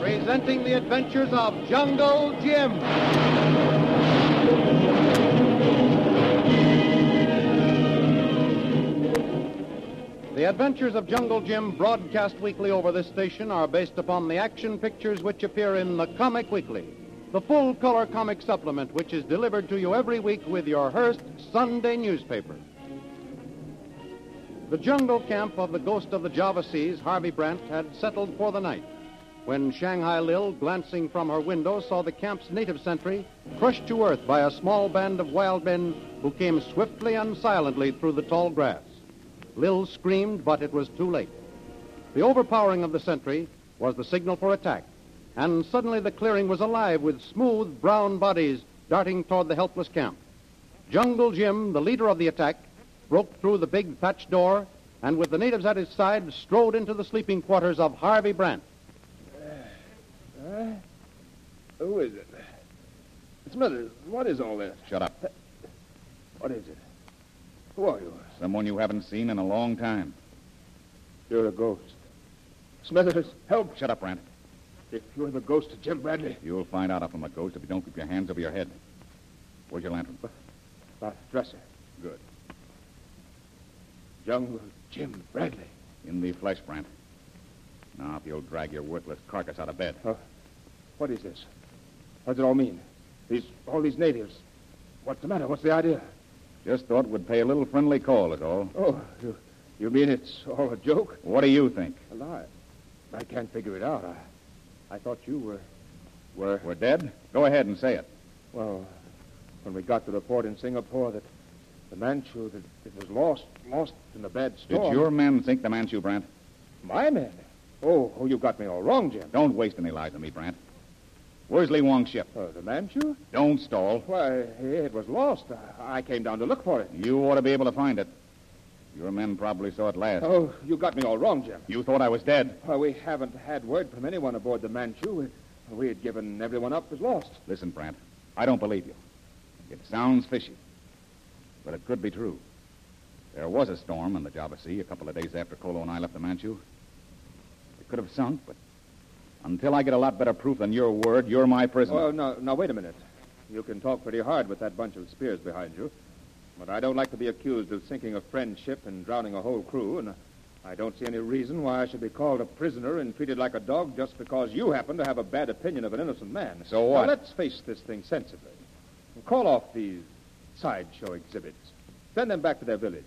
Presenting the adventures of Jungle Jim. The adventures of Jungle Jim, broadcast weekly over this station, are based upon the action pictures which appear in the Comic Weekly, the full color comic supplement which is delivered to you every week with your Hearst Sunday newspaper. The jungle camp of the ghost of the Java Seas, Harvey Brant, had settled for the night when Shanghai Lil, glancing from her window, saw the camp's native sentry crushed to earth by a small band of wild men who came swiftly and silently through the tall grass. Lil screamed, but it was too late. The overpowering of the sentry was the signal for attack, and suddenly the clearing was alive with smooth brown bodies darting toward the helpless camp. Jungle Jim, the leader of the attack, broke through the big thatch door and with the natives at his side strode into the sleeping quarters of Harvey Brant. Who is it? Smithers, what is all this? Shut up. What is it? Who are you? Someone you haven't seen in a long time. You're a ghost. Smithers, help! Shut up, Brant. If you're the ghost of Jim Bradley, You'll find out if I'm a ghost if you don't keep your hands over your head. Where's your lantern? my dresser. Good. Jungle Jim Bradley. In the flesh, Brant. Now, if you'll drag your worthless carcass out of bed. What is this? What does it all mean? These, all these natives. What's the matter? What's the idea? Just thought we'd pay a little friendly call, is all. Oh, you, you mean it's all a joke? What do you think? A lie. I can't figure it out. I, I thought you were, We're, we're dead? Go ahead and say it. well, when we got the report in Singapore that the Manchu, that it was lost, lost in a bad Did storm. your men think the Manchu, Brant? My man. Oh, oh, you got me all wrong, Jim. Don't waste any lies on me, Brant. Where's Lee Wong's ship? Oh, the Manchu? Don't stall. Why, it was lost. I I came down to look for it. You ought to be able to find it. Your men probably saw it last. Oh, you got me all wrong, Jim. You thought I was dead. Well, we haven't had word from anyone aboard the Manchu. We, we had given everyone up as lost. Listen, Brant, I don't believe you. It sounds fishy, but it could be true. There was a storm in the Java Sea a couple of days after Kolo and I left the Manchu. It could have sunk, but until I get a lot better proof than your word, you're my prisoner. Well, now, now, Oh, wait a minute. You can talk pretty hard with that bunch of spears behind you. But I don't like to be accused of sinking a friend ship and drowning a whole crew, and I don't see any reason why I should be called a prisoner and treated like a dog just because you happen to have a bad opinion of an innocent man. So what? Now, let's face this thing sensibly. Call off these sideshow exhibits. Send them back to their village.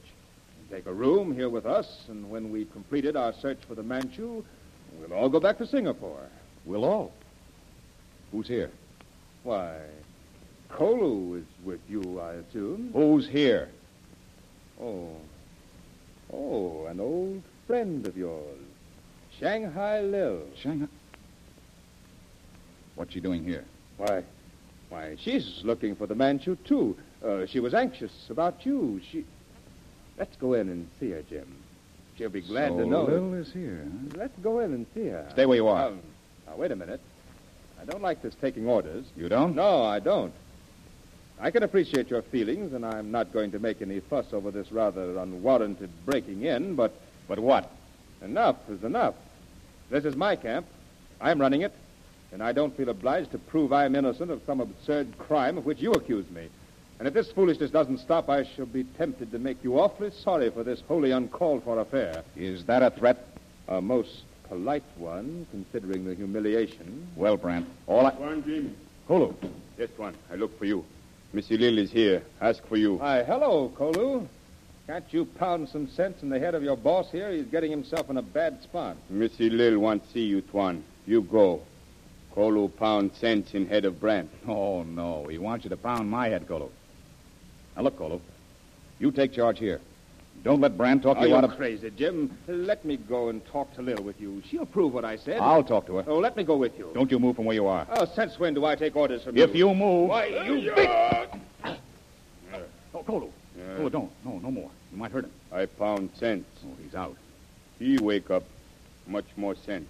Take a room here with us, and when we've completed our search for the Manchu, we'll all go back to Singapore. we'll all. Who's here? Why, Kolu is with you, I assume. Who's here? Oh. Oh, an old friend of yours. Shanghai Lil. Shanghai. What's she doing here? Why, why, she's looking for the Manchu, too. Uh, she was anxious about you. She. Let's go in and see her, Jim. She'll be glad so to know. Lil is here. huh? Let's go in and see her. Stay where you are. Um, now, wait a minute. I don't like this taking orders. You don't? No, I don't. I can appreciate your feelings, and I'm not going to make any fuss over this rather unwarranted breaking in, but But what? enough is enough. This is my camp. I'm running it, and I don't feel obliged to prove I'm innocent of some absurd crime of which you accuse me. And if this foolishness doesn't stop, I shall be tempted to make you awfully sorry for this wholly uncalled for affair. Is that a threat? A most polite one, considering the humiliation. Well, Brant, all I. One, Jim. Kolo. Yes, one. I look for you. Monsieur Lil is here. Ask for you. Why, hello, Kolu. Can't you pound some sense in the head of your boss here? He's getting himself in a bad spot. Monsieur Lil want see you, Tuan. You go. Kolo pound sense in head of Brant. Oh, no. He wants you to pound my head, Kolo. Now, look, Kolo. You take charge here. Don't let Brand talk Are you you out of. crazy, Jim? Let me go and talk to Lil with you. She'll prove what I said. I'll talk to her. Oh, let me go with you. Don't you move from where you are. Oh, since when do I take orders from If you? you move. Why, you big... No, Kolo. Kolo, don't. No, no more. You might hurt him. I pound sense. Oh, he's out. He wake up. Much more sense.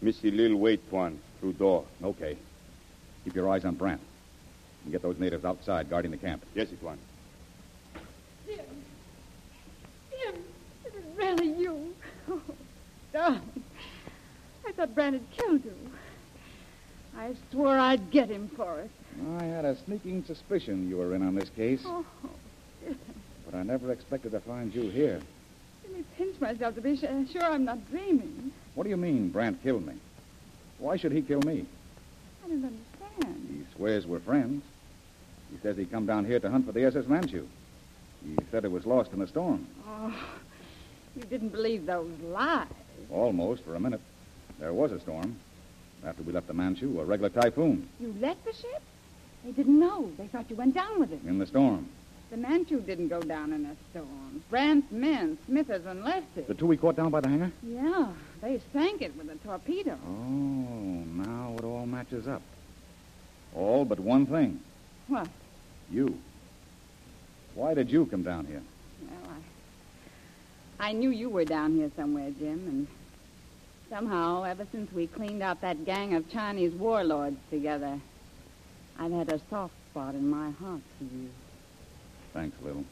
Missy Lil wait one through door. Okay. Keep your eyes on Brant. And get those natives outside guarding the camp. Yes, it one. Jim. Jim, it is really you. Oh, darling. I thought Brand had killed you. I swore I'd get him for it. I had a sneaking suspicion you were in on this case, Oh, but I never expected to find you here. let me pinch myself to be su- sure I'm not dreaming. What do you mean Brant killed me? Why should he kill me? I don't understand. He swears we're friends. He says he come down here to hunt for the SS Manchu. He said it was lost in a storm. Oh, you didn't believe those lies. Almost for a minute. There was a storm. After we left the Manchu, a regular typhoon You left the ship? They didn't know. They thought you went down with it. in the storm. The Manchu didn't go down in a storm. Brandt's men, Smithers and The Lefty. two we caught down by the hangar? Yeah, they sank it with a torpedo. Oh, now it all matches up. All but one thing. What? You. Why did you come down here? Well, I, I knew you were down here somewhere, Jim, and somehow, ever since we cleaned out that gang of Chinese warlords together, I've had a soft spot in my heart for you. Thanks, Lil.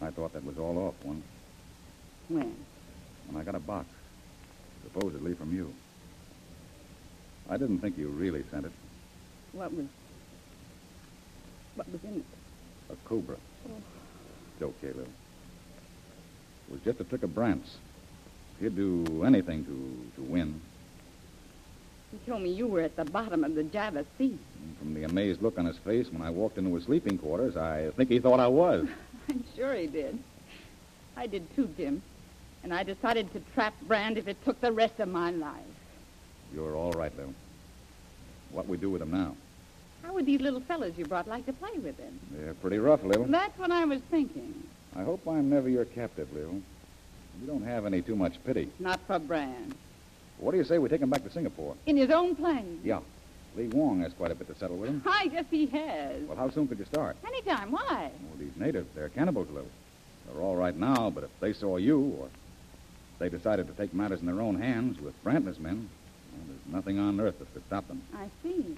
I thought that was all off once, When? and I got a box, supposedly from you. I didn't think you really sent it. What was. What was in it? A cobra. It's okay, Lil. It was just a trick of Brandt's. He'd do anything to, to win. You told me you were at the bottom of the Java Sea. And From the amazed look on his face when I walked into his sleeping quarters, I think he thought I was. I'm sure he did. I did too, Jim. And I decided to trap Brand if it took the rest of my life. You're all right, Lil. What we do with him now? How would these little fellas you brought like to play with him? They're pretty rough, Lil. That's what I was thinking. I hope I'm never your captive, Lil. You don't have any too much pity. Not for Brand. What do you say we take him back to Singapore? In his own plane. Yeah. Lee Wong has quite a bit to settle with him. I guess he has. Well, how soon could you start? Anytime. Why? Well, these natives, they're cannibals, Lil. They're all right now, but if they saw you, or if they decided to take matters in their own hands with Brantner's men, well, there's nothing on earth that could stop them. I see.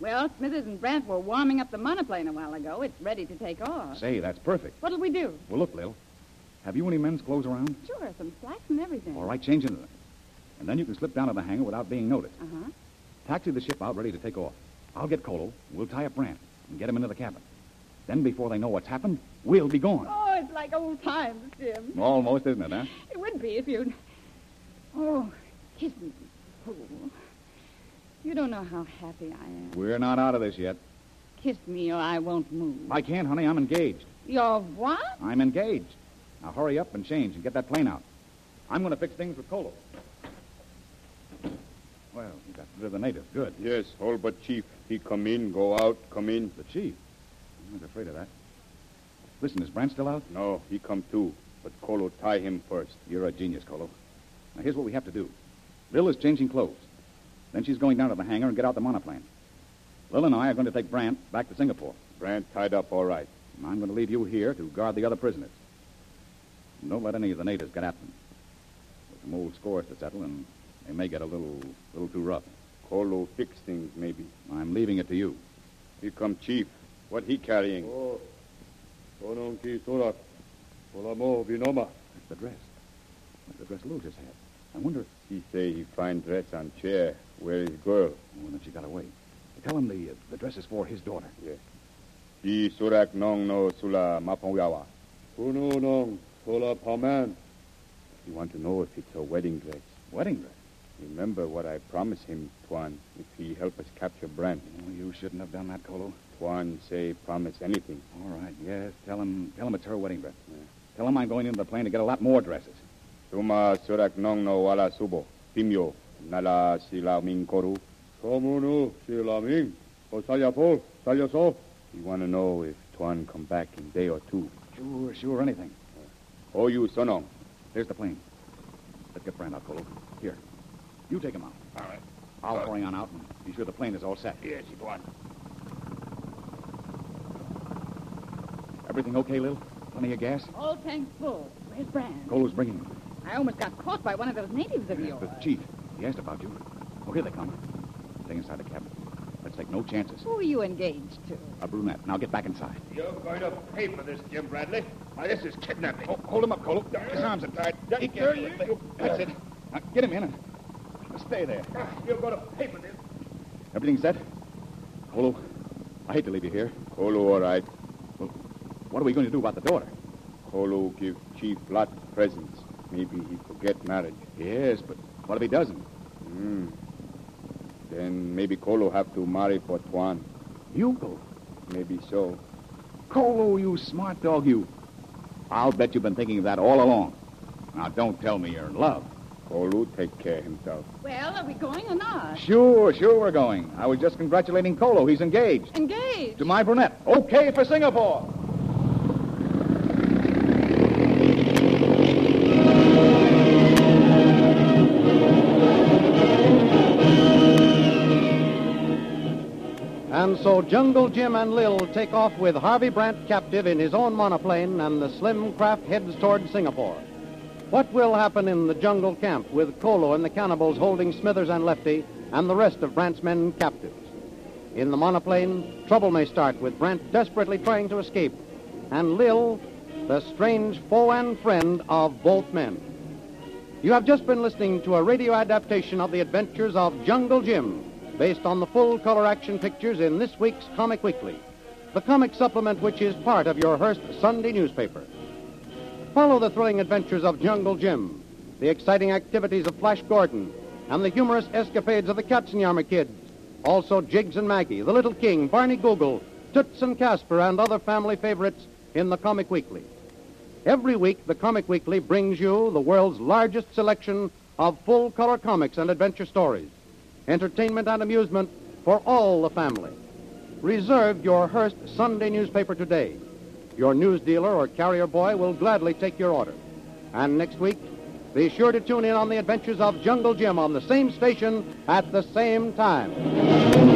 Well, Smithers and Brant were warming up the monoplane a while ago. It's ready to take off. Say, that's perfect. What'll we do? Well, look, Lil. Have you any men's clothes around? Sure, some slacks and everything. All right, change into them. And then you can slip down to the hangar without being noticed. Uh-huh. Taxi the ship out ready to take off. I'll get Colo. We'll tie up Brant and get him into the cabin. Then, before they know what's happened, we'll be gone. Oh, it's like old times, Jim. Almost, isn't it, huh? It would be if you'd... Oh, kiss me. Oh. You don't know how happy I am. We're not out of this yet. Kiss me or I won't move. I can't, honey. I'm engaged. You're what? I'm engaged. Now hurry up and change and get that plane out. I'm going to fix things with Colo. Well, you got rid of the native. Good. Yes, all but chief. He come in, go out, come in. The chief. I was afraid of that. Listen, is Brant still out? No, he come too. But Colo tie him first. You're a genius, Colo. Now, here's what we have to do. Lil is changing clothes. Then she's going down to the hangar and get out the monoplane. Lil and I are going to take Brant back to Singapore. Brand tied up all right. And I'm going to leave you here to guard the other prisoners. And don't let any of the natives get at them. There's some old scores to settle, and they may get a little, little too rough. Colo fix things, maybe. I'm leaving it to you. Here come chief. What he carrying? Oh, Tonong ki torak, olamo binoma. That's the dress. That's the dress Lil just had. I wonder. He say he find dress on chair. Where is girl? Oh, and then she got away. Tell him the, uh, the dress is for his daughter. He surak nong no sula mapawawa. Puno nong tola paman. He want to know if it's a wedding dress. Wedding dress. Remember what I promised him, Tuan, if he help us capture Brand. Oh, you shouldn't have done that, Colo. Tuan say promise anything. All right, yes. Tell him, tell him it's her wedding dress. Tell him I'm going into the plane to get a lot more dresses. Tuma surak nong no wala subo. Pimyo. Nala sila ming koru. Komunu silaming. Osayapol, sayaso. He want to know if Tuan come back in day or two. Sure, sure, anything. Oh, you, Sonong. Here's the plane. Let's get Brand out, Colo. Here. You take him out. All right. I'll hurry on out and be sure the plane is all set. Yes, you on. Everything okay, Lil? Plenty of gas? All tanks full. Where's Brand? Colo's bringing him. I almost got caught by one of those natives of yours. The chief. He asked about you. Oh, here they come. Stay inside the cabin. Let's take no chances. Who are you engaged to? A brunette. Now get back inside. You're going to pay for this, Jim Bradley. Now, this is kidnapping. hold him up, Colo. His arms are tied. He can't do it. That's it. Now, get him in and stay there. You're going to pay for this. Everything set? Colo, I hate to leave you here. Kolo, all right. Well, what are we going to do about the daughter? Kolo give chief lot presents. Maybe he forget marriage. Yes, but what if he doesn't? Hmm. Then maybe Kolo have to marry for Tuan. You go. Maybe so. Colo, you smart dog, you. I'll bet you've been thinking of that all along. Now, don't tell me you're in love. Kolo take care himself. Well, are we going or not? Sure, sure, we're going. I was just congratulating Colo. He's engaged. Engaged. To my brunette. Okay for Singapore. And so Jungle Jim and Lil take off with Harvey Brant captive in his own monoplane, and the slim craft heads toward Singapore. What will happen in the jungle camp with Kolo and the cannibals holding Smithers and Lefty and the rest of Brant's men captives? In the monoplane, trouble may start with Brant desperately trying to escape, and Lil, the strange foe and friend of both men. You have just been listening to a radio adaptation of the adventures of Jungle Jim, based on the full color action pictures in this week's Comic Weekly, the comic supplement which is part of your Hearst Sunday newspaper. Follow the thrilling adventures of Jungle Jim, the exciting activities of Flash Gordon, and the humorous escapades of the Katzenjammer Kids. Also, Jiggs and Maggie, The Little King, Barney Google, Toots and Casper, and other family favorites in the Comic Weekly. Every week, the Comic Weekly brings you the world's largest selection of full color comics and adventure stories, entertainment and amusement for all the family. Reserve your Hearst Sunday newspaper today. Your news dealer or carrier boy will gladly take your order. And next week, be sure to tune in on the adventures of Jungle Jim on the same station at the same time.